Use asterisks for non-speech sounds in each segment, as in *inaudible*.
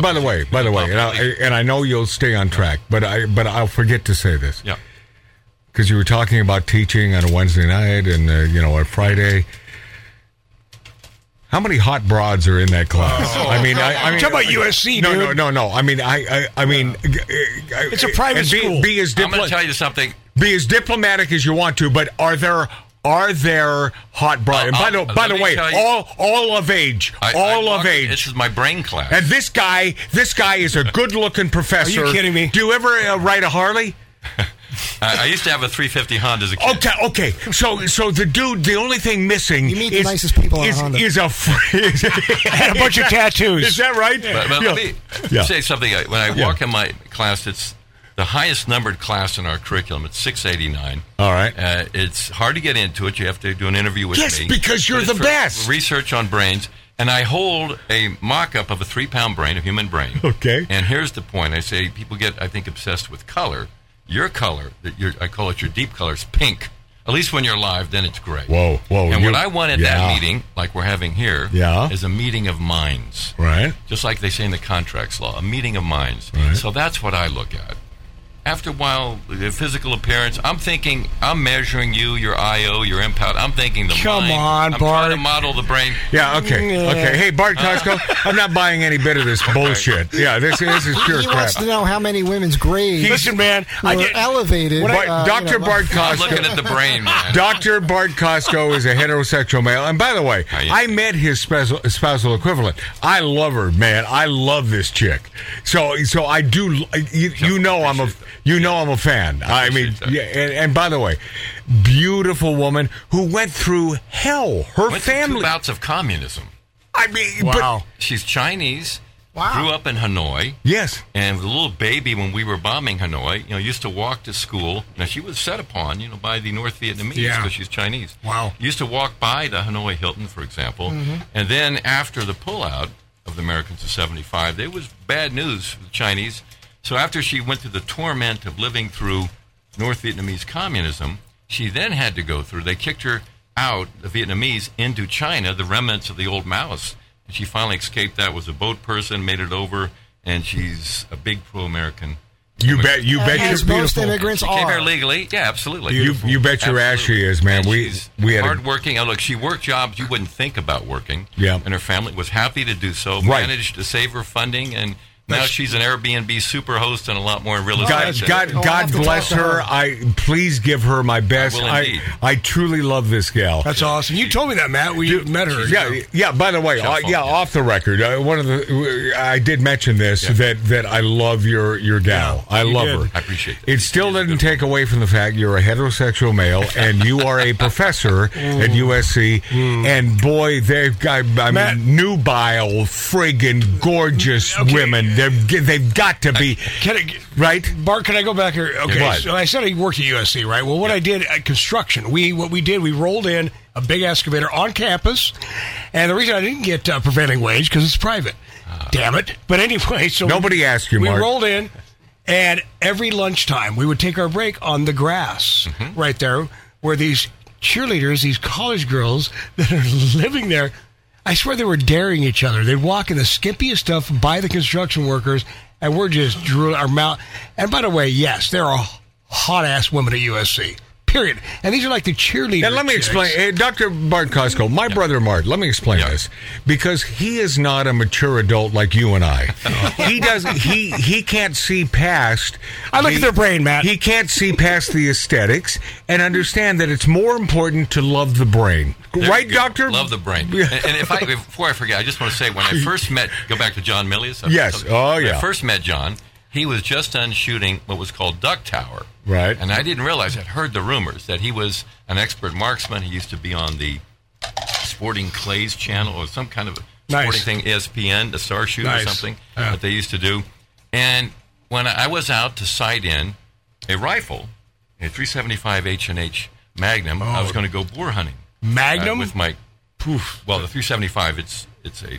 by the way, by the way, and I, and I know you'll stay on track, but I but I'll forget to say this yeah. because you were talking about teaching on a Wednesday night and uh, you know a Friday. How many hot broads are in that class? Oh. Oh, I mean, I, I mean, Talk about USC, No, dude. no, no, no. I mean, I, I, I mean, it's a private be, school. Be as I'm going diplomatic. to tell you something. be as diplomatic as you want to, but are there are there hot broad? and by the Uh, uh, by let the me way, tell you- all all of age, I- all I of walked in- This age. is my brain class. And this guy, this guy is a good-looking professor. kidding me? Do you ever uh, ride a Harley? I, I used to have a 350 Honda as a kid. Okay, okay. So, so the dude, the only thing missing You meet the is, nicest people on is, Honda. is a fr- *laughs* is, And a bunch of tattoos. Is that right? But, but let me Yeah. say something. I- When I Yeah. walk in my class, it's the highest numbered class in our curriculum. It's 689. All right. Uh, it's hard to get into it. You have to do an interview with Yes, me. because you're But it's the for best. Research on brains. And I hold a mock up of a three pound brain, a human brain. *laughs* Okay. And here's the point I say people get, I think, obsessed with color. Your color, that your, I call it your deep color, is pink. At least when you're live, then it's gray. Whoa, whoa, And you- what I want at yeah. that meeting, like we're having here, is Yeah. a meeting of minds Right. just like they say in the contracts law, a meeting of minds. Right. So that's what I look at. After a while, the physical appearance, I'm thinking, I'm measuring you, your IO, your impact. I'm thinking the Come mind. on, I'm trying to Bart. model the brain. Yeah. Okay. Yeah. Okay. Hey, Bart *laughs* Costco, I'm not buying any bit of this bullshit. Yeah. This, this is pure he crap. wants to know how many women's grades Listen, man, were I get elevated. But uh, you Dr. know, Bart I'm looking Costco. at the *laughs* brain, man. Dr. Bart Costco is a heterosexual male. And by the way, Oh, yeah. I met his spousal, spousal equivalent. I love her, man. I love this chick. So so I do you, you know I'm a you know I'm a fan. I mean, appreciate that. yeah, and, and by the way, beautiful woman who went through hell. Her Went through two family bouts of communism. I mean, but- Wow. She's Chinese. Wow. Grew up in Hanoi. yes. And the little baby, when we were bombing Hanoi, you know, used to walk to school. Now she was set upon, you know, by the North Vietnamese because Yeah. she's Chinese. Wow. Used to walk by the Hanoi Hilton, for example. And then after the pullout of the Americans of '75, there was bad news for the Chinese. So after she went through the torment of living through North Vietnamese communism, she then had to go through. They kicked her out, the Vietnamese, into China, the remnants of the old Maoists. And she finally escaped that, was a boat person, made it over, and she's a big pro American. You bet you bet As you're most beautiful. immigrants She came are. here legally. Yeah, absolutely. You- Beautiful. you bet your ass she is, man. And We- she's we had a- hardworking. Oh, look, she worked jobs you wouldn't think about working. Yeah. And her family was happy to do so. Right. Managed to save her funding, and now she's an Airbnb super host and a lot more real estate. God, God, than- Oh, I God have to talk bless to her. her. I please give her my best. will I, indeed. I truly love this gal. That's awesome. You told me that, Matt. We met her. Yeah, yeah. By the way, Cell uh, phone, yeah, yeah. off the record, uh, one of the I did mention this that that I love your your gal. I you love did. her. I appreciate that. It still doesn't take away from the fact you're a heterosexual *laughs* male and you are a professor Mm. at USC. And boy, they've got I Matt. mean, nubile, friggin' gorgeous Okay. women. They've they've got to be Can I, right. Bart, can I go back here? Okay, What? so I said I worked at USC, right? Well, what I did at construction, we what we did, we rolled in a big excavator on campus, and the reason I didn't get uh, prevailing wage because it's private. Damn it! But anyway, so Ah. Nobody asked you, We Mark. rolled in, and every lunchtime we would take our break on the grass right there, where these cheerleaders, these college girls that are *laughs* living there. I swear they were daring each other. They'd walk in the skimpiest stuff by the construction workers, and we're just drooling our mouth. And by the way, yes, there are hot ass women at USC. Period. And these are like the cheerleaders. And let me explain, eh, Dr. Bart Costco, my brother Mart, let me explain this because he is not a mature adult like you and I. he does he he can't see past I look at their brain, Matt. He can't see past the aesthetics and understand that it's more important to love the brain. There right, you go. doctor? Love the brain. Yeah. And, and if I, before I forget, I just want to say *laughs* when I first met, go back to John Milius. I- Yes. Oh, when yeah. I first met John. He was just done shooting what was called Duck Tower. Right. And I didn't realize, I'd heard the rumors that he was an expert marksman. He used to be on the Sporting Clays channel or some kind of Nice. sporting thing, E ESPN, the Star Shoot Nice. or something Yeah. that they used to do. And when I was out to sight in a rifle, a 375 H&H Magnum, I Oh. was going to go boar hunting. Magnum? Uh, with my poof. Well, the 375, it's it's a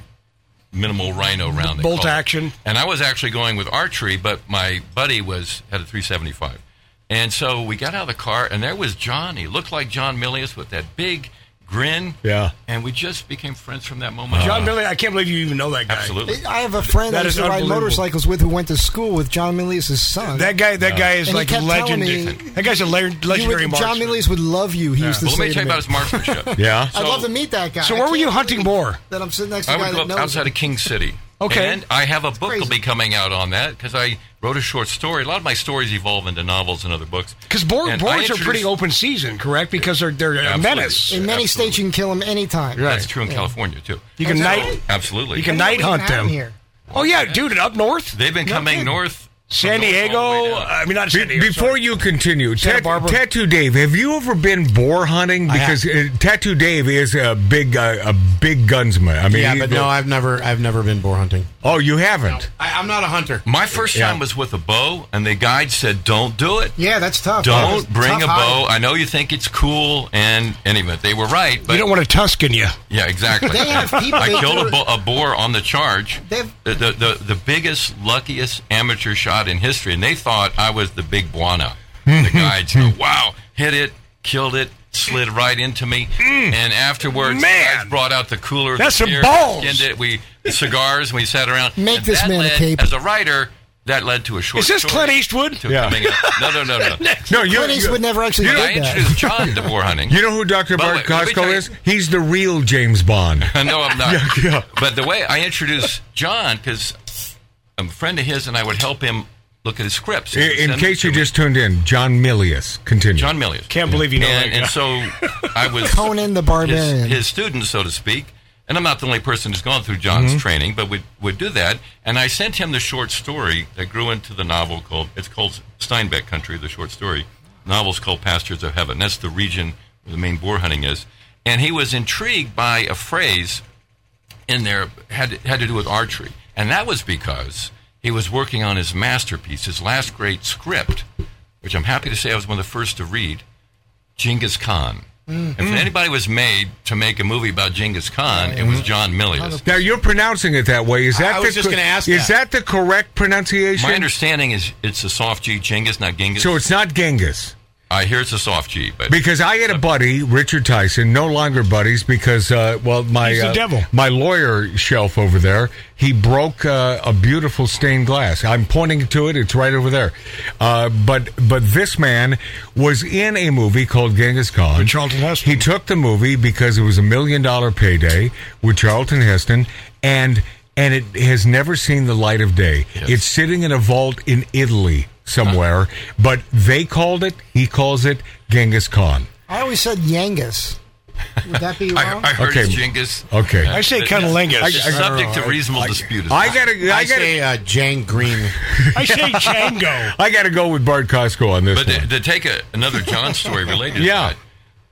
minimal rhino round. they Bolt call it. action. And I was actually going with archery, but my buddy was had a 375, and so we got out of the car, and there was John. He looked like John Milius with that big grin. Yeah. And we just became friends from that moment. John on. Milley, I can't believe you even know that guy. Absolutely. I have a friend That that I is used to ride unbelievable. motorcycles with who went to school with John Milius' son. That guy, that guy is And he like kept telling legend. me- That guy's a le- You legendary would, John marksman. Milius would love you. He used to Well, say let me to tell you me, about his *laughs* marksmanship. Yeah. I'd So- love to meet that guy. So I where were can't you believe hunting boar? That I'm sitting next to I a guy would that go knows outside of King City. Okay. And I have a book will crazy. be coming out on that because I wrote a short story. A lot of my stories evolve into novels and other books. Because boar, And I boars are introduced- pretty open season, correct? Because they're they're a Absolutely. menace. In many Absolutely. states, you can kill him anytime. That's true in California too. You can Is that night. right? Absolutely. You can I didn't night know we hunt didn't have them. 'em here. Oh yeah, dude, up north, They've been No coming kidding. north. San from north all the Diego. uh, way down. I mean, not Be- San Diego. before you continue, Santa Tat- Barbara. Tattoo Dave, have you ever been boar hunting? Because uh, Tattoo Dave is a big uh, a big gunsman. I mean, Yeah, he- but no, I've never, I've never been boar hunting. oh, you haven't. I, I'm not a hunter. My first time was with a bow, and the guide said, "Don't do it. Yeah, that's tough. Don't bring Tough a hobby. bow. I know you think it's cool." And anyway, they were right. But you don't want to Tuscan you. Yeah, exactly. They have people I that killed do a, bo- a boar on the charge. They've- the, the, the the biggest, luckiest amateur shot in history, and they thought I was the big guana. the Hmm. guides go, "Wow, hit it, killed it." Slid right into me, and afterwards, the Hmm. Man. guys brought out the cooler. That's the some beer, balls. Skinned it. We the cigars. and We sat around. Make and this that man a led- cape. As a writer, that led to a short. Is this story Clint Eastwood? to Yeah. coming up- No, no, no, *laughs* no. No, you, Clint you, Eastwood never actually I did that. introduced John to boar hunting. you know who Dr. By the Bart way, let me tell Costco you- is? He's the real James Bond. *laughs* no, I'm not. Yeah, yeah. But the way I introduced John, because I'm a friend of his, and I would help him look at his scripts. He In, would in send case them you to me. just tuned in, John Milius. Continue. John Millius. Can't believe you know and, that guy. and so *laughs* I was Conan the Barbarian. his, his student, so to speak. And I'm not the only person who's gone through John's Mm-hmm. training, but would would do that. And I sent him the short story that grew into the novel called it's called Steinbeck Country. The short story novel's called Pastures of Heaven. That's the region where the main boar hunting is. And he was intrigued by a phrase in there had had to do with archery, and that was because he was working on his masterpiece, his last great script, which I'm happy to say I was one of the first to read, Genghis Khan. Mm. If anybody was made to make a movie about Genghis Khan, it was John Milius. Now you're pronouncing it that way. Is that I the was just co- gonna ask Is that. that. the correct pronunciation? My understanding is it's a soft G, Genghis, not Genghis. so it's not Genghis. I hear it's a soft G, but Because I had a buddy, Richard Tyson, no longer buddies because, uh, well, my He's the uh, devil. my lawyer shelf over there, he broke uh, a beautiful stained glass. I'm pointing to it; it's right over there. Uh, but but this man was in a movie called Genghis Khan. With Charlton Heston. He took the movie because it was a million dollar payday with Charlton Heston, and and it has never seen the light of day. It's sitting in a vault in Italy somewhere, but they called it. He calls it Genghis Khan. I always said Yangus. Would that *laughs* be I, wrong? I heard Okay. it's Genghis. Okay. I say But cunnilingus. It's subject to reasonable dispute. as I well. gotta, I, I gotta, say uh, Jang Green. *laughs* I say Django. I gotta go with Bart Costco on this But to, one. to take a, another John *laughs* story related to Yeah. that,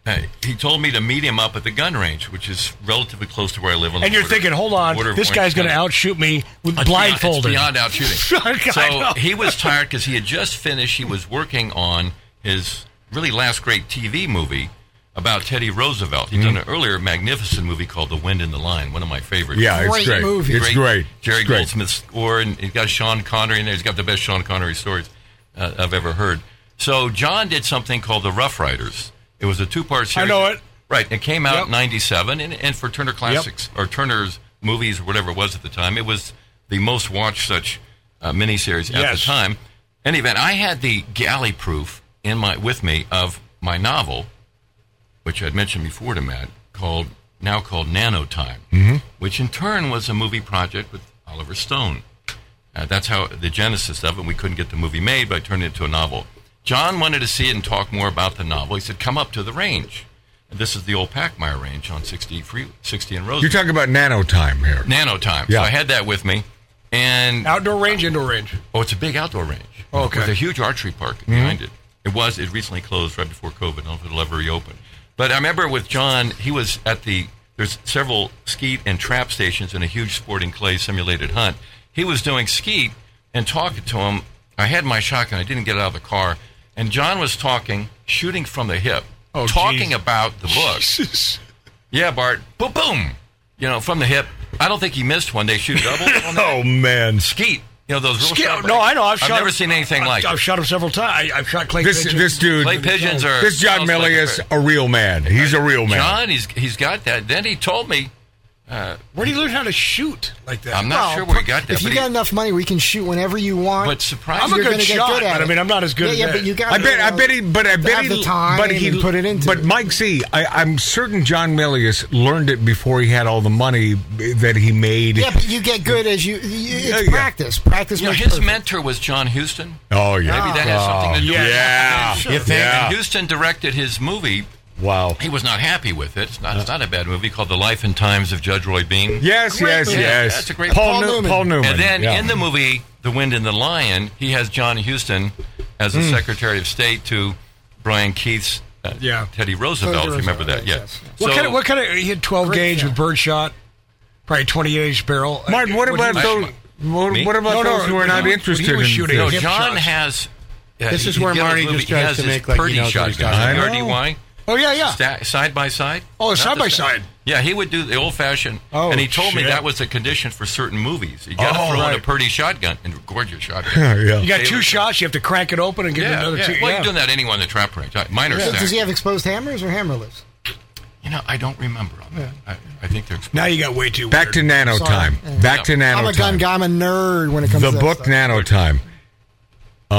uh, he told me to meet him up at the gun range, which is relatively close to where I live. On And the you're border- thinking, hold on, border of this Orange guy's going to County. outshoot me with It's beyond- it's blindfolded. Beyond, out *laughs* shooting. I know. so he was tired because he had just finished. He was working on his really last great TV movie about Teddy Roosevelt. Hmm. He'd done an earlier magnificent movie called The Wind in the Line, one of my favorites. yeah, it's Great great. movie. It's great. Jerry it's great. Goldsmith score, and he's got Sean Connery in there. He's got the best Sean Connery stories uh, I've ever heard. So John did something called the Rough Riders. It was a two-part I series. know it. Right. It came out Yep. in 97, and, and for Turner Classics or Turner's movies or whatever it was at the time, it was the most watched such uh, miniseries at Yes. the time. Any event, I had the galley proof in my with me of my novel, which I'd mentioned before to Matt, called now called Nano Time, Mm-hmm. which in turn was a movie project with Oliver Stone. Uh, that's how the genesis of it. We couldn't get the movie made, but I turned it into a novel. John wanted to see it and talk more about the novel. He said, "Come up to the range." And this is the old Packmire range on 60, free, 60 and Rose. You're talking about nano time here. Nano Time. Yeah. So I had that with me, and Outdoor range, indoor range. Oh, it's a big outdoor range. Oh, okay. Mm-hmm. With a huge archery park behind it. It was. It recently closed right before COVID. I don't know if it'll ever reopen. But I remember with John, he was at the. There's several skeet and trap stations in a huge sporting clay simulated hunt. He was doing skeet and talking to him. I had my shotgun. I didn't get out of the car. And John was talking, shooting from the hip, Oh, talking geez. about the book. Jesus. Yeah, Bart. Boom, *laughs* boom. You know, from the hip. I don't think he missed one. They shoot double. on that Oh man, skeet. You know those real Skill- shot no, breaks. I know. I've, shot never him- seen anything I've, like I've it. shot him several times. I, have shot clay. This pigeons. this dude, Clay pigeons are this John sounds like Milley a is bird. a real man. He's a real man. John, he's he's got that. Then he told me, Where do you learn how to shoot like that? I'm not Well, sure where he got that. If but you he- got enough money, we can shoot whenever you want. But surprise- I'm a You're good gonna get shot, good at but I it. mean, I'm not as good Yeah, as yeah, that. but you got. I bet, I bet he, but I bet have he, the time but he and put it into. But it. Mike Z, I, I'm certain John Milius learned it before he had all the money that he made. yeah, but you get good as you. you- It's Yeah, yeah. practice. Practice you know, makes his perfect. mentor was John Houston. oh yeah, Maybe that has something to do with it. Yeah, Sure. You think? Yeah. And Houston directed his movie. wow. He was not happy with it. It's not, it's not a bad movie called The Life and Times of Judge Roy Bean. Yes, Great yes, movie. yes. That's a great- Paul, Paul Neu- Newman. Paul Newman. And then yeah. in the movie The Wind and the Lion, he has John Houston as the Secretary of State to Brian Keith's uh, Yeah. Teddy Roosevelt. Teddy if you remember Roosevelt, that? yes, Yeah. yes, yes. So- what kind of what kind of he had 12 gauge shot. with bird shot, probably 28 inch barrel. Martin, what about I- those? What, Me? what about No, no, those who are when not he was- interested when he was in shooting, things? No, Hip Oh, John shots. has. yeah, This is he- where he has Marty this movie- just tries he has to this make like he Purdy knows what he's shotgun, got. I know. RDY, Oh yeah, yeah. sta- side by side. Oh, Not side the by sta- side. Yeah, he would do the old fashioned. Oh, and he told me shit. that was the condition for certain movies. You got to Oh, throw in a right. Purdy shotgun and record your *laughs* shotgun. *laughs* Yeah. You got They two would- shots. You have to crack it open and get Yeah, another yeah. two. Well, yeah. you're doing that anyway on the trap range. I- Mine are So stacked. Does he have exposed hammers or hammerless? You know, I don't remember. On that. I, I think they're. Now you got way too Back weird. to nano Sorry. time. Back to nano I'm a time. gun guy. I'm a nerd when it comes the to that book stuff. nanotime um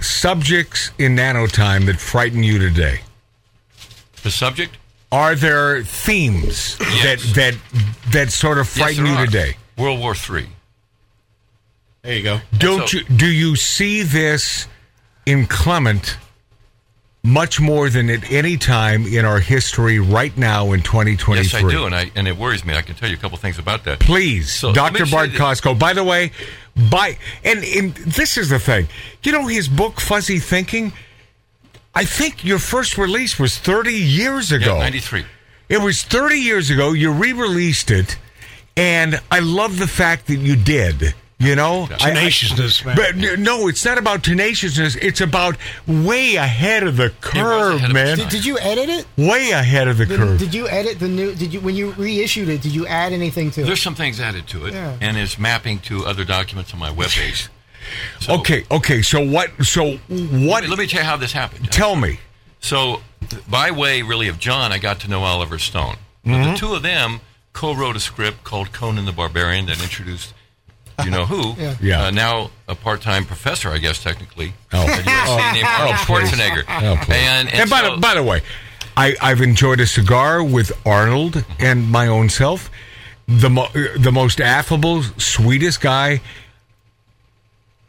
subjects in nanotime that frighten you today The subject? are there themes Yes. that that that sort of Yes, frighten there you are. today World War Three. There you go. don't so- you do you see this inclement much more than at any time in our history right now in 2023 Yes, I do, and I and it worries me. I can tell you a couple things about that. please, So, let me Dr. Bart show you this. Costco. By the way, by and, and this is the thing. You know his book Fuzzy Thinking. I think your first release was 30 years ago. Yeah, ninety three. It was 30 years ago. You re-released it, and I love the fact that you did. You know, I- I- Tenaciousness, man. But n- no, it's not about tenaciousness. It's about way ahead of the curve, ahead of man. its Did, did you edit it? Way ahead of the Did, curve. did you edit the new? Did you when you reissued it? Did you add anything to it? There's some things added to it, Yeah. and it's mapping to other documents on my *laughs* webpage. So, okay, okay. So what? So Let what? me, let me tell you how this happened. tell me. So, by way really of John, I got to know Oliver Stone. Mm-hmm. The two of them co-wrote a script called Conan the Barbarian that introduced, you know who, Yeah. Yeah. Uh, now a part-time professor, I guess technically, Oh. at USC named Arnold Oh, please. Schwarzenegger. Oh, please. and and, And, by, so- the, by the way, I, I've enjoyed a cigar with Arnold and my own self. The mo- uh, the most affable, sweetest guy.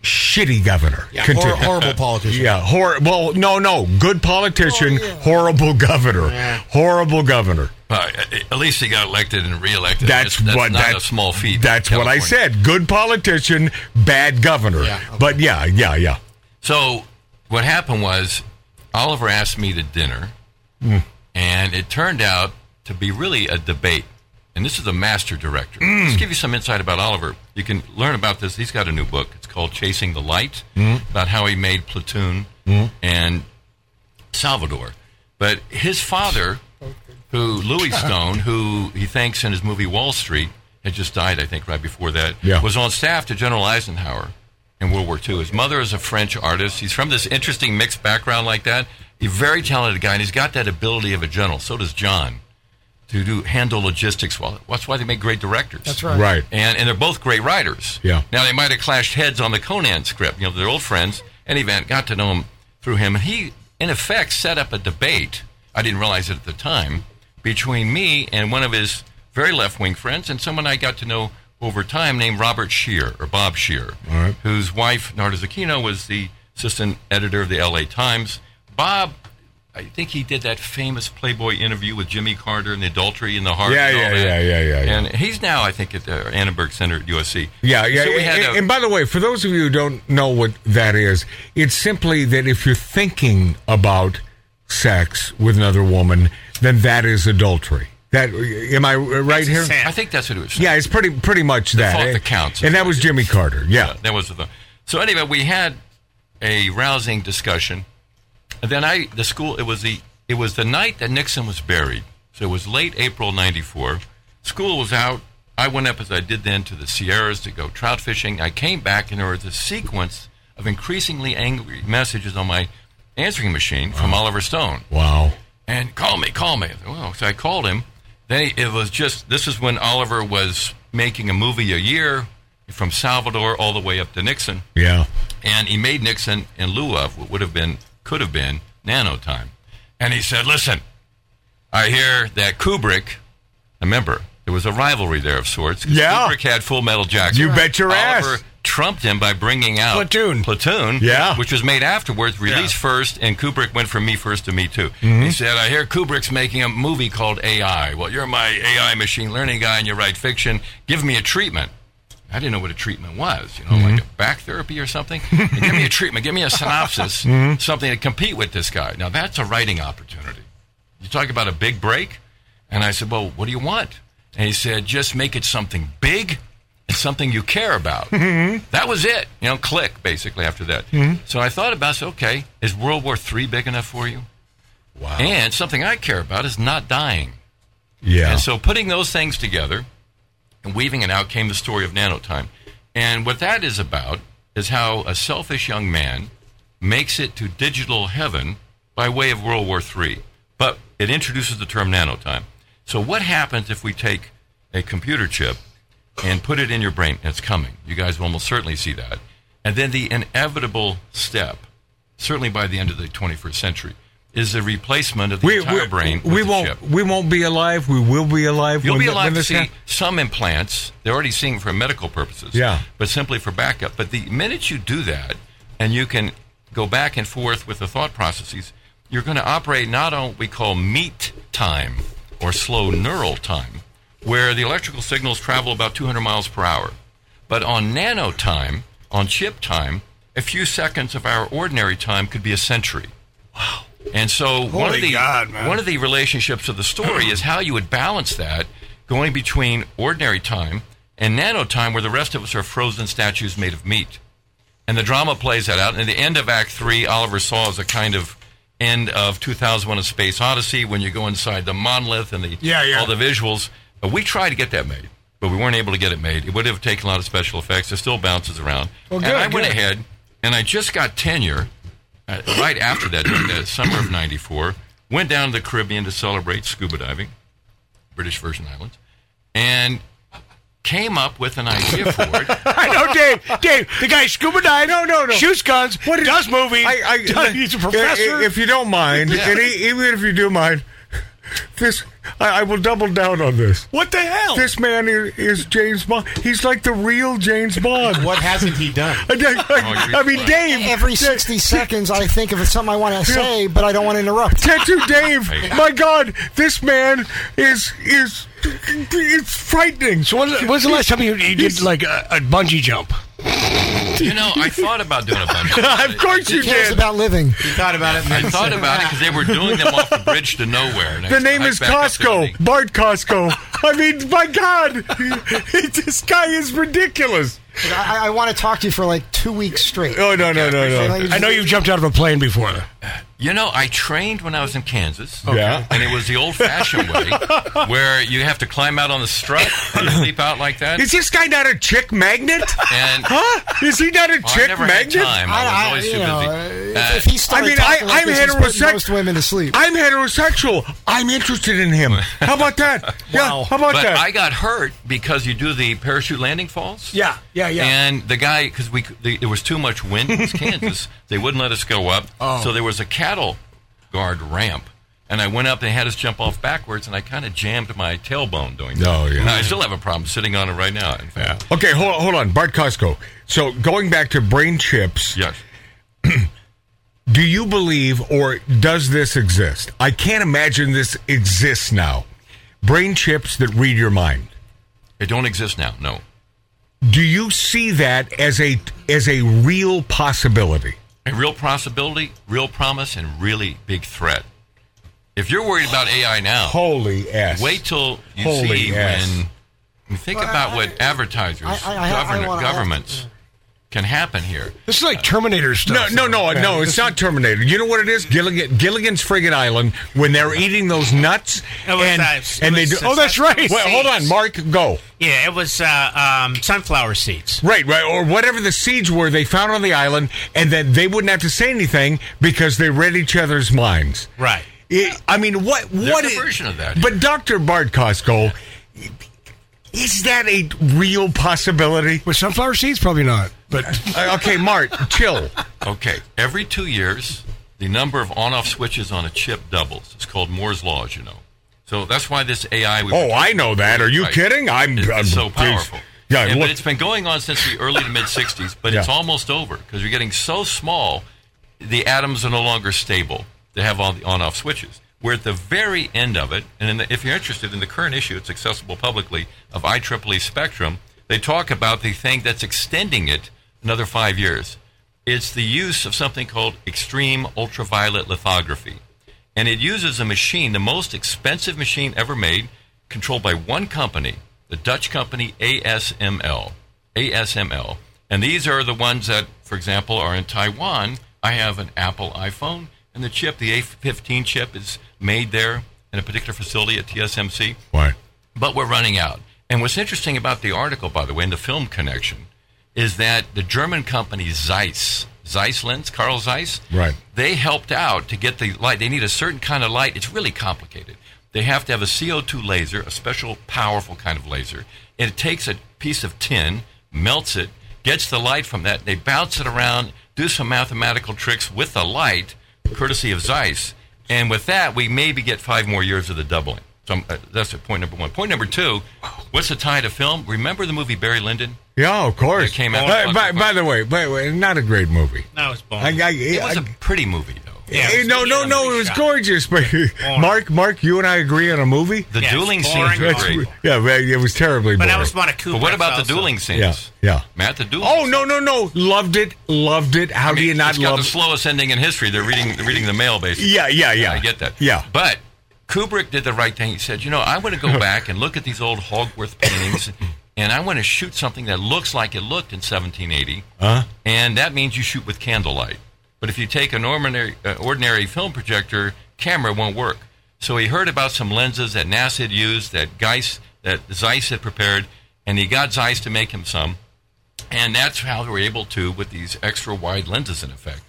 Shitty governor. Yeah, Continue. hor- horrible *laughs* politician. Yeah, hor- well, no, no, good politician, Oh, horrible governor, horrible governor. Uh, at least he got elected and reelected. That's, that's what not that's a small feat. in That's what I California. said. Good politician, bad governor. Yeah, okay. But yeah, yeah, yeah. So what happened was Oliver asked me to dinner, and it turned out to be really a debate. And this is a master director. Let's give you some insight about Oliver. You can learn about this. He's got a new book. It's called Chasing the Light, about how he made Platoon and Salvador. But his father, who Louis Stone, who he thanks in his movie Wall Street, had just died, I think, right before that, Yeah. was on staff to General Eisenhower in World War II. His mother is a French artist. He's from this interesting mixed background like that. He's a very talented guy, and he's got that ability of a general. So does John to do handle logistics well. That's why they make great directors. That's right. Right. and and they're both great writers. Yeah. Now they might have clashed heads on the Conan script. You know, they're old friends. And event got to know him through him, and he, in effect, set up a debate. I didn't realize it at the time between me and one of his very left wing friends, and someone I got to know over time named Robert Shear or Bob Shear, whose wife Narda Zucchino was the assistant editor of the L.A. Times. Bob. I think he did that famous Playboy interview with Jimmy Carter and the adultery in the heart. Yeah, and all yeah, that. yeah, yeah, yeah, yeah. And he's now, I think, at the Annenberg Center at USC. Yeah, yeah. So we had and, a- and by the way, for those of you who don't know what that is, it's simply that if you're thinking about sex with another woman, then that is adultery. That am I right here? I think that's what it was. Yeah, it's pretty pretty much that. thought eh? that counts. And that was Jimmy Carter. Yeah. that was the. So anyway, we had a rousing discussion, and then I the school. It was the it was the night that Nixon was buried. So it was late April '94. School was out I went up as I did then to the Sierras to go trout fishing. I came back and there was a sequence of increasingly angry messages on my answering machine from Uh-huh. Oliver Stone Wow. and call me, call me. I said, Well, so I called him. Then he- it was just this is when Oliver was making a movie a year from Salvador all the way up to Nixon, Yeah. and he made Nixon in lieu of what would have been could have been Nano Time, and he said, "Listen, I hear that Kubrick. Remember, there was a rivalry there of sorts. 'cause Yeah. Kubrick had Full Metal Jacket. You bet your ass. Oliver trumped him by bringing out Platoon. Platoon, Yeah. which was made afterwards, released first, and Kubrick went from me first to me too. He said, "I hear Kubrick's making a movie called AI. Well, you're my AI machine learning guy, and you write fiction. Give me a treatment." I didn't know what a treatment was, you know, like a back therapy or something. And give me a treatment, give me a synopsis, something to compete with this guy. Now that's a writing opportunity. You talk about a big break, and I said, "Well, what do you want?" And he said, "Just make it something big and something you care about." That was it. You know, click basically after that. So I thought about, so, okay, is World War III big enough for you? Wow. And something I care about is not dying. yeah. And so putting those things together and weaving it out came the story of Nanotime. And what that is about is how a selfish young man makes it to digital heaven by way of World War III. But it introduces the term nanotime. So what happens if we take a computer chip and put it in your brain? It's coming. You guys will almost certainly see that. And then the inevitable step, certainly by the end of the 21st century, is the replacement of the entire brain. with we the won't chip. we won't be alive. We will be alive. You'll when be th- when allowed to this see hap- some implants. They're already seeing for medical purposes. Yeah. But simply for backup. But the minute you do that and you can go back and forth with the thought processes, you're going to operate not on what we call meat time or slow neural time, where the electrical signals travel about 200 miles per hour. But on nano time, on chip time, a few seconds of our ordinary time could be a century. And so one Holy of the God, man. one of the relationships of the story is how you would balance that going between ordinary time and nano time where the rest of us are frozen statues made of meat. And the drama plays that out. And at the end of Act Three, Oliver Saw is a kind of end of 2001: A Space Odyssey when you go inside the monolith and the Yeah, yeah. all the visuals. But we tried to get that made, but we weren't able to get it made. It would have taken a lot of special effects. It still bounces around. Well, and good, I went good. ahead and I just got tenure uh, right after that, during the summer of '94. Went down to the Caribbean to celebrate scuba diving, British Virgin Islands, and came up with an idea for it. *laughs* I know, Dave. Dave, the guy scuba dive. No, no, no. Shoots guns. What is- does movies. I, *laughs* I, does- he's a professor. If you don't mind, Yeah. and e- even if you do mind, this I, I will double down on this. what the hell? This man is, is James Bond. He's like the real James Bond. *laughs* What hasn't he done? I, I- I mean, Dave. Oh, Every 60 seconds, I think of something I want to say, but I don't want to interrupt. Tattoo *laughs* Dave. My God, this man is is it's frightening. so when, when's the last time you, you did like a, a bungee jump? You know, I thought about doing a *laughs* bunch. of course you Who cares did. about living? He thought about it. I thought about it because they were doing them off the bridge to nowhere. and I The name hiked is back up there and Costco. Bart Costco. I mean, my God, *laughs* this guy is ridiculous. I, I- I want to talk to you for like two weeks straight. Oh no no no no. Like, I know you've jumped out of a plane before. they- You know, I trained when I was in Kansas. Yeah. And it was the old-fashioned *laughs* way, where you have to climb out on the strut and you leap out like that. Is this guy not a chick magnet? And Huh? Is he not a well, I chick never magnet? had time. I, I- I- was always you too know, busy. uh, Uh, if he started I mean, talking I, like I'm this, he's putting most heterosexual. women to sleep. I'm heterosexual. I'm interested in him. How about *laughs* that? Yeah. How about Oh, but that? I got hurt because you do the parachute landing falls. Yeah, yeah, yeah. And the guy, because we the, there was too much *laughs* wind in Kansas, they wouldn't let us go up. Oh. So there was a cattle guard ramp, and I went up. They had us jump off backwards, and I kind of jammed my tailbone doing that. Oh, yeah. And I still have a problem sitting on it right now. In fact, okay, hold hold on, Bart Costco. So going back to brain chips. yes. Do you believe or does this exist? I can't imagine this exists now. Brain chips that read your mind. It don't exist now. No. Do you see that as a as a real possibility? A real possibility, real promise, and really big threat. If you're worried about AI now, Holy ass. Wait till you Holy see ass. when. Think about what advertisers, I- I- I- I govern- wanna- I- governments can happen here. This is like Terminator No, stuff. no, no, no. It's not Terminator. You know what it is? Gilligan, Gilligan's Friggin' Island when they're eating those nuts It was, and, uh, it and they was, do. uh, Oh, that's right. seeds. Wait, hold on, Mark. Go. Yeah, it was uh, um, sunflower seeds. Right, right, or whatever the seeds were they found on the island, and that they wouldn't have to say anything because they read each other's minds. Right. It- I mean, what what a i- version of that. But Doctor Bart Costco, is that a real possibility? With sunflower seeds, probably not. But *laughs* Uh, okay, Mart, *laughs* chill. Okay, every two years, the number of on-off switches on a chip doubles. It's called Moore's law, as you know. So that's why this AI. we- Oh, I know that. Are you Right. kidding? I'm, It's I'm so geez. powerful. Yeah, but look, it's been going on since the early to mid '60s, but it's Yeah. almost over because you're getting so small, the atoms are no longer stable. They have all the on-off switches. We're at the very end of it, and in the, if you're interested in the current issue, it's accessible publicly of IEEE Spectrum. They talk about the thing that's extending it another five years. It's the use of something called extreme ultraviolet lithography and it uses a machine, the most expensive machine ever made, controlled by one company, the Dutch company ASML. ASML. And these are the ones that, for example, are in Taiwan. I have an Apple iPhone, and the chip, the A15 chip, is made there in a particular facility at TSMC why? but we're running out. And what's interesting about the article, by the way, in the film connection, is that the German company Zeiss, Zeiss Lens, Carl Zeiss, Right. They helped out to get the light. They need a certain kind of light. It's really complicated. They have to have a CO2 laser, a special powerful kind of laser, and it takes a piece of tin, melts it, gets the light from that. They bounce it around, do some mathematical tricks with the light, courtesy of Zeiss. And with that, we maybe get five more years of the doubling. So I'm- uh, that's point number one. Point number two, what's the tie to film? Remember the movie Barry Lyndon? Yeah, of course. It came out- By, by- by the way, by the way, not a great movie. No, it's bone. I, I, It was I- a pretty movie, though. Yeah, it Eh, was no, good. no, Yeah, no. It good was shot. gorgeous, but *laughs* Mark, Mark, you and I agree on a movie. The Yeah, it's dueling scenes boring were movie. That's, great. yeah, well, it was terribly. but boring. that was one of Kubrick's But what about the also. dueling scenes? Yeah, yeah. Matt, the dueling. Oh no, no, no! Loved it, loved it. How do you not it's got love? the slowest ending in history. They're reading they're reading the mail *laughs* basically. yeah, yeah, yeah. I get that. Yeah, But Kubrick did the right thing. He said, you know, I want *laughs* to go back and look at these old Hogworth paintings *laughs* and I want to shoot something that looks like it looked in 1780. Uh-huh. And that means you shoot with candlelight. But if you take an ordinary, uh, ordinary film projector, camera won't work. So he heard about some lenses that NASA had used, that Geiss, that Zeiss had prepared, and he got Zeiss to make him some. And that's how they were able to, with these extra wide lenses in effect,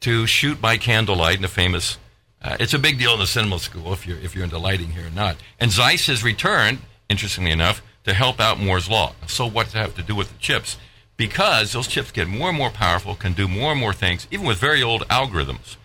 to shoot by candlelight in a famous. Uh, it's a big deal in the cinema school if you're if you're into lighting here or not. And Zeiss has returned, interestingly enough, to help out Moore's law. So what does that have to do with the chips? Because those chips get more and more powerful, can do more and more things, even with very old algorithms.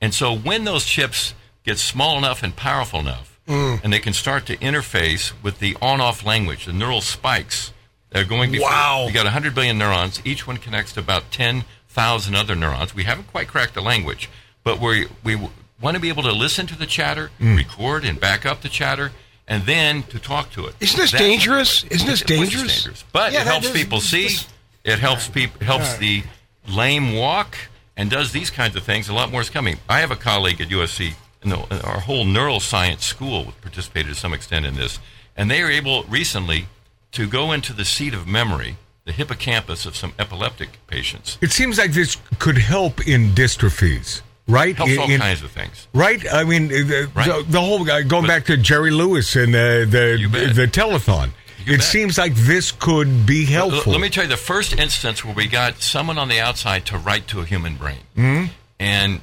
And so when those chips get small enough and powerful enough, Mm. and they can start to interface with the on-off language, the neural spikes that are going before. Wow. You got 100 billion neurons. Each one connects to about 10,000 other neurons. We haven't quite cracked the language, but we we want to be able to listen to the chatter, Mm. record and back up the chatter, and then to talk to it. Isn't this That's- dangerous? Isn't this Of course it's dangerous? But Yeah, it that- helps this- people see. this- It helps people helps the lame walk and does these kinds of things. A lot more is coming. I have a colleague at USC, and the, our whole neuroscience school participated to some extent in this, and they were able recently to go into the seat of memory, the hippocampus of some epileptic patients. it seems like this could help in dystrophies, right? Helps In- all in- kinds of things. Right, I mean uh, the, Right. the, the whole uh, going But- back to Jerry Lewis and the You the bet. the telethon. You it bet. seems like this could be L- helpful. Let me tell you the first instance where we got someone on the outside to write to a human brain. Mm-hmm. And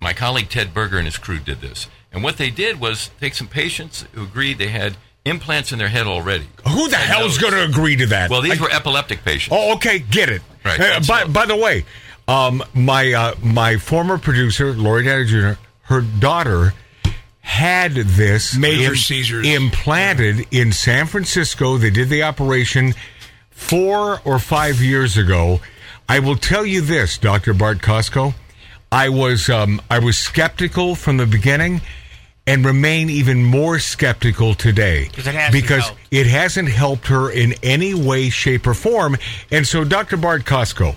my colleague Ted Berger and his crew did this. And what they did was take some patients who agreed they had implants in their head already. Who the And hell's those- going to agree to that? Well, these Oh, I- were epileptic patients. Oh, okay, get it. Right, Uh, by, absolutely. by the way, um, my uh, my former producer, Lori Dana Jr., her daughter had this Major seizures. implanted in San Francisco. They did the operation four or five years ago. I will tell you this, Doctor Bart Costco. I was um, I was skeptical from the beginning, and remain even more skeptical today 'Cause it hasn't because helped. it hasn't helped her in any way, shape, or form. And so, Dr. Bart Costco,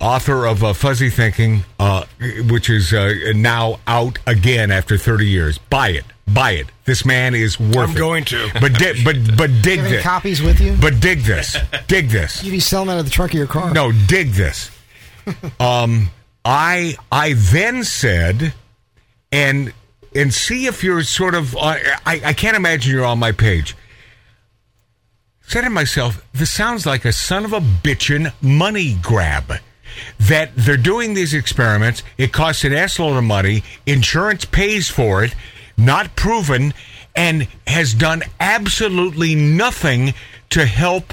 author of uh, Fuzzy Thinking, uh, which is uh, now out again after 30 years, buy it. Buy it. This man is worth. I'm it. going to. But di- but but dig Having this. copies with you? But dig *laughs* this. Dig this. You'd be selling out of the trunk of your car. No, dig this. Um, I I then said, and and see if you're sort of. Uh, I I can't imagine you're on my page. Said to myself, this sounds like a son of a bitchin' money grab. That they're doing these experiments. It costs an assload of money. Insurance pays for it. Not proven, and has done absolutely nothing to help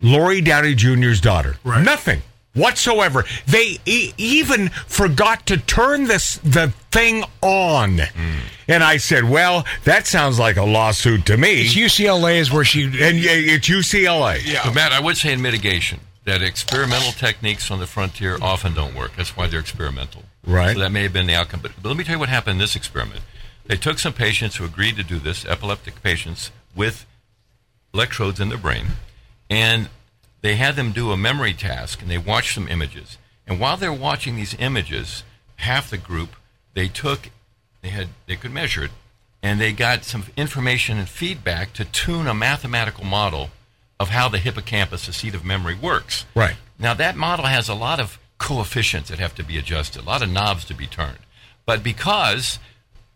Lori Downey Jr.'s daughter. Right. Nothing whatsoever. They e- even forgot to turn this the thing on. And I said, "Well, that sounds like a lawsuit to me." It's UCLA is where she. and y- it's UCLA. So, Matt, I would say in mitigation that experimental techniques on the frontier often don't work. That's why they're experimental. Right. So that may have been the outcome. But, but let me tell you what happened in this experiment. They took some patients who agreed to do this, epileptic patients with electrodes in their brain, and they had them do a memory task and they watched some images. And while they're watching these images, half the group they took they had they could measure it and they got some information and feedback to tune a mathematical model of how the hippocampus, the seat of memory, works. Right. Now that model has a lot of coefficients that have to be adjusted, a lot of knobs to be turned. But because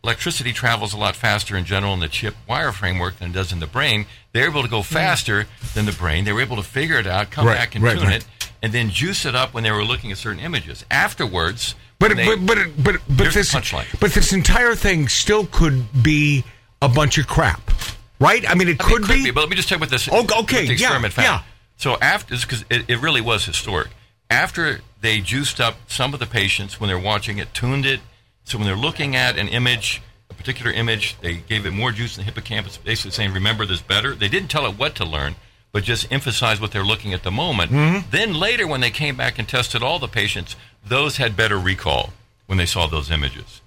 electricity travels a lot faster in general in the chip wire framework than it does in the brain, they're able to go faster than the brain. They were able to figure it out, come Mm. Right, back and right, tune right. it, and then juice it up when they were looking at certain images. Afterwards, But when they- but but but but Here's the this punchline. but this entire thing still could be a bunch of crap, right? I mean, it I mean, could, be. But let me just tell you what this. Oh, okay, what the yeah, experiment yeah. found. So after, because it, it really was historic. After they juiced up some of the patients when they're watching it, tuned it. So when they're looking at an image, a particular image, they gave it more juice in the hippocampus, basically saying, "Remember this better." They didn't tell it what to learn, but just emphasized what they're looking at the moment. Mm-hmm. Then later, when they came back and tested all the patients, those had better recall when they saw those images.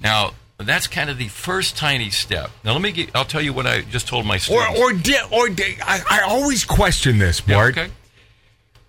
Now. That's kind of the first tiny step. Now let me get, I'll tell you what I just told my or students. or did or did, I, I always question this, Yeah, Bart. okay.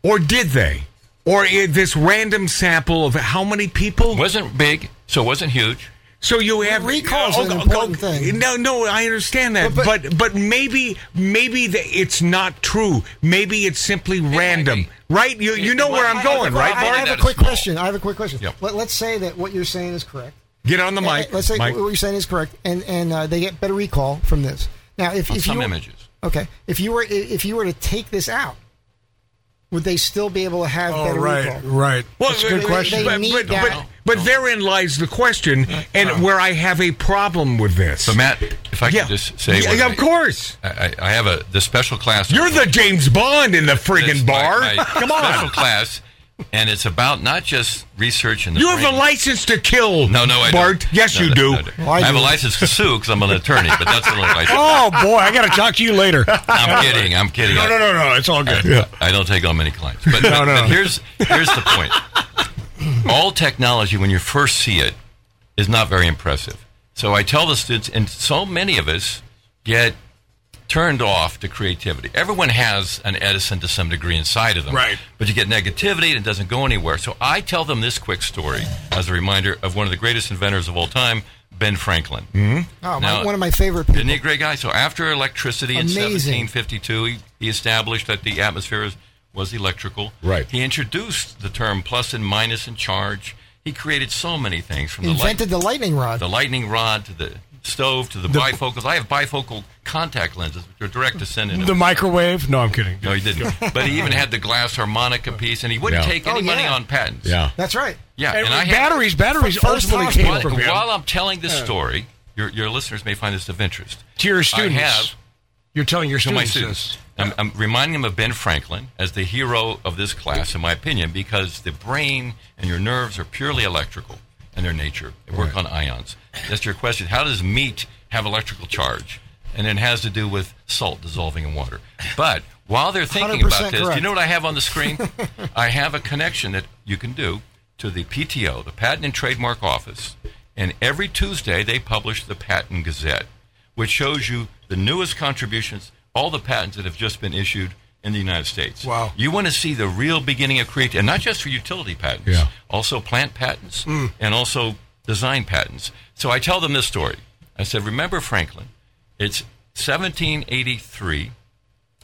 Or did they? Or i this random sample of how many people? Wasn't big, so it wasn't huge. So you have recall's an important thing. No, no, I understand that, but but, maybe maybe the, it's not true. Maybe it's simply random, right? You you know where I'm might be. going, Well, right, I, I Bart? have that a is quick small. question. I have a quick question. Yep. Let, let's say that what you're saying is correct. Get on the mic. Uh, let's say Mike. what you're saying is correct, and and uh, they get better recall from this. Now, if, On if some you were, images. okay, if you were if you were to take this out, would they still be able to have Oh, better right, recall? right. Well, That's a good but- question. But, need but, that. but, No, but therein lies the question, and where I have a problem with this. So Matt, if I yeah, could just say, Yeah, one of thing. course. I, I- I have a the special class. You're the James Bond in the It's friggin' my- bar. my *laughs* Come on. special class, and it's about not just research in the. You have a brain. license to kill. No, no, I Bart. Don't. Yes, No, you no, do. no, no. I have a license to sue because I'm an attorney, but *laughs* that's the only license. Oh boy, I got to talk to you later. I'm kidding. I'm kidding. No, no, no, no. It's all *laughs* good. I don't take on many clients. But, but- *laughs* no. but here's here's the point. All technology, when you first see it, is not very impressive. So I tell the students, and so many of us get turned off to creativity. Everyone has an Edison to some degree inside of them. Right. But you get negativity and it doesn't go anywhere. So I tell them this quick story as a reminder of one of the greatest inventors of all time, Ben Franklin. Mm-hmm. Oh, my, Now- one of my favorite people. Isn't he a great guy? So after electricity Amazing. in 1752, he, he established that the atmosphere is, was electrical. Right. He introduced the term plus and minus and charge. He created so many things from invented the, the lightning rod. light, the lightning rod to the stove to the, bifocals. I have bifocal contact lenses, which are direct to send in. The microwave? No, I'm kidding. no, he didn't. but he even had the glass harmonica piece, and he wouldn't Yeah. take any Oh, money yeah. on patents. That's right. Yeah. And I had- batteries, batteries First ultimately house came bullet. from while, him. while I'm telling this story, your, your listeners may find this of interest. to your I students, have you're telling your to students, my students. this. I'm, I'm reminding them of Ben Franklin as the hero of this class, in my opinion, because the brain and your nerves are purely electrical in their nature. They work on ions. That's your question. How does meat have electrical charge? And it has to do with salt dissolving in water. But while they're thinking about this, 100% do you correct. know what I have on the screen? I have a connection that you can do to the PTO, the Patent and Trademark Office, and every Tuesday they publish the Patent Gazette, which shows you the newest contributions, all the patents that have just been issued in the United States. Wow. You want to see the real beginning of creativity, and not just for utility patents, Yeah. also plant patents, and also design patents. So I tell them this story. I I said, remember Franklin? It's 1783,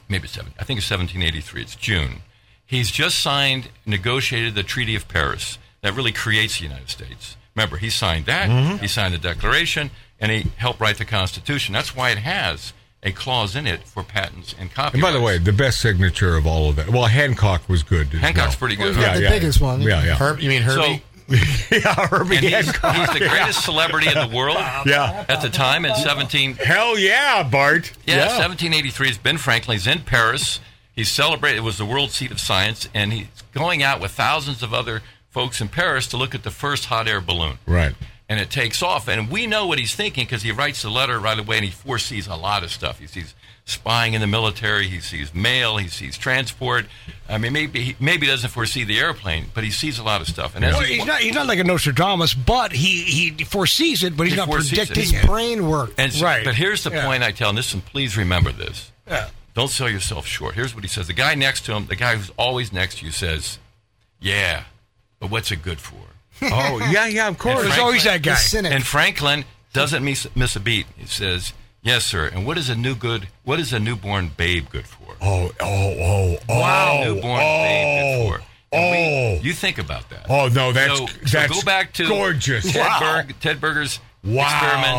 maybe seven. I think it's 1783. It's June. He's just signed, negotiated the Treaty of Paris that really creates the United States. Remember, he signed that. Mm-hmm. He signed the Declaration, and he helped write the Constitution. That's why it has a clause in it for patents and copyrights. And by the way, the best signature of all of that. Well, Hancock was good. as Hancock's well. pretty good. Yeah, right? the biggest one. Oh, Yeah, yeah. Herb, you mean Herbie? *laughs* *laughs* yeah, Herbie And he's, Hancock. he's the greatest celebrity in the world Yeah. at the time in 17 Hell yeah, Bart. Yeah, 1783 is Ben Franklin. He's in Paris. He's celebrated. It was the world seat of science, and he's going out with thousands of other folks in Paris to look at the first hot air balloon. Right. And it takes off, and we know what he's thinking because he writes the letter right away, and he foresees a lot of stuff. He sees spying in the military, he sees mail, he sees transport. I mean, maybe he maybe he doesn't foresee the airplane, but he sees a lot of stuff. And as Well, he- he's not he's not like a Nostradamus, but he he foresees it, but he's He not foresees it. predicting He's it. Brain work. And so- Right. But here's the Yeah. point I tell, and this, and please remember this. Don't sell yourself short. Here's what he says. The guy next to him, the guy who's always next to you, says, "Yeah, but what's it good for?" *laughs* Oh, yeah, yeah, of course. And There's Frank- always that The guy. cynic. And Franklin doesn't miss, miss a beat. He says, "Yes, sir." And what is a new good? What is a newborn babe good for? Oh, oh, oh, oh. Wow, newborn babe Oh, good for. And oh. you think about that. Oh, no, that's- so, that's so go back to gorgeous. Ted, Wow. Berg, Ted Berger's Wow.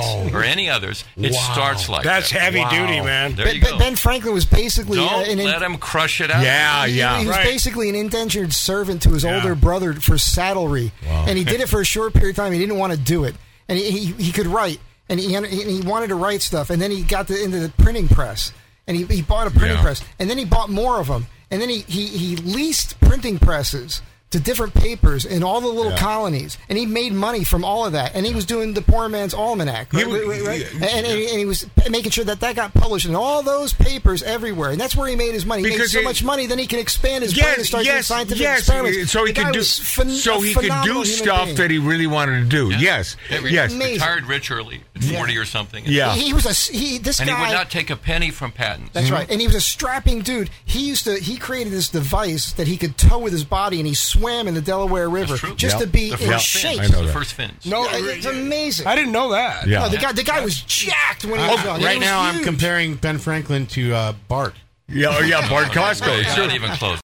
experiments or any others. It Wow. starts like That's that. heavy duty, man. There Ben, you go. ben Franklin was basically uh, Don't an, let in- him crush it out. Yeah, he, yeah. he was Right. basically an indentured servant to his older brother for saddlery, and he did it for a short period of time. He didn't want to do it, and he, he, he could write, and he, and he wanted to write stuff, and then he got the, into the printing press, and he, he bought a printing Yeah. press, and then he bought more of them, and then he, he, he leased printing presses to different papers in all the little colonies, and he made money from all of that, and he was doing the poor man's almanac, He right? was- Right, right, right? yeah. And, and, and he was making sure that that got published in all those papers everywhere, and that's where he made his money. He made Because so he- much money, then he can expand his brain and start doing scientific yes. experiments. So he The guy could do, was phen- so a he could do phenomenal human stuff being. that he really wanted to do. Yes, Yeah, re- yes, Amazing. Retired rich early, at 40 or something. yeah. he was a s- he. This And he guy. would not Hmm? take a penny from patents. that's right, and he was a strapping dude. He used to he created this device that he could tow with his body, and he swam in the Delaware River true. just Yep. to be The in first shape. I fins. know The that. first fins. No, Yeah, it's yeah. amazing. I didn't know that. Yeah. No, the guy the guy was jacked when he was Oh, young. right He was now, I'm huge. comparing Ben Franklin to uh, Bart. yeah, oh yeah. Bart No, no, Costco. it's *laughs* sure. Not even close.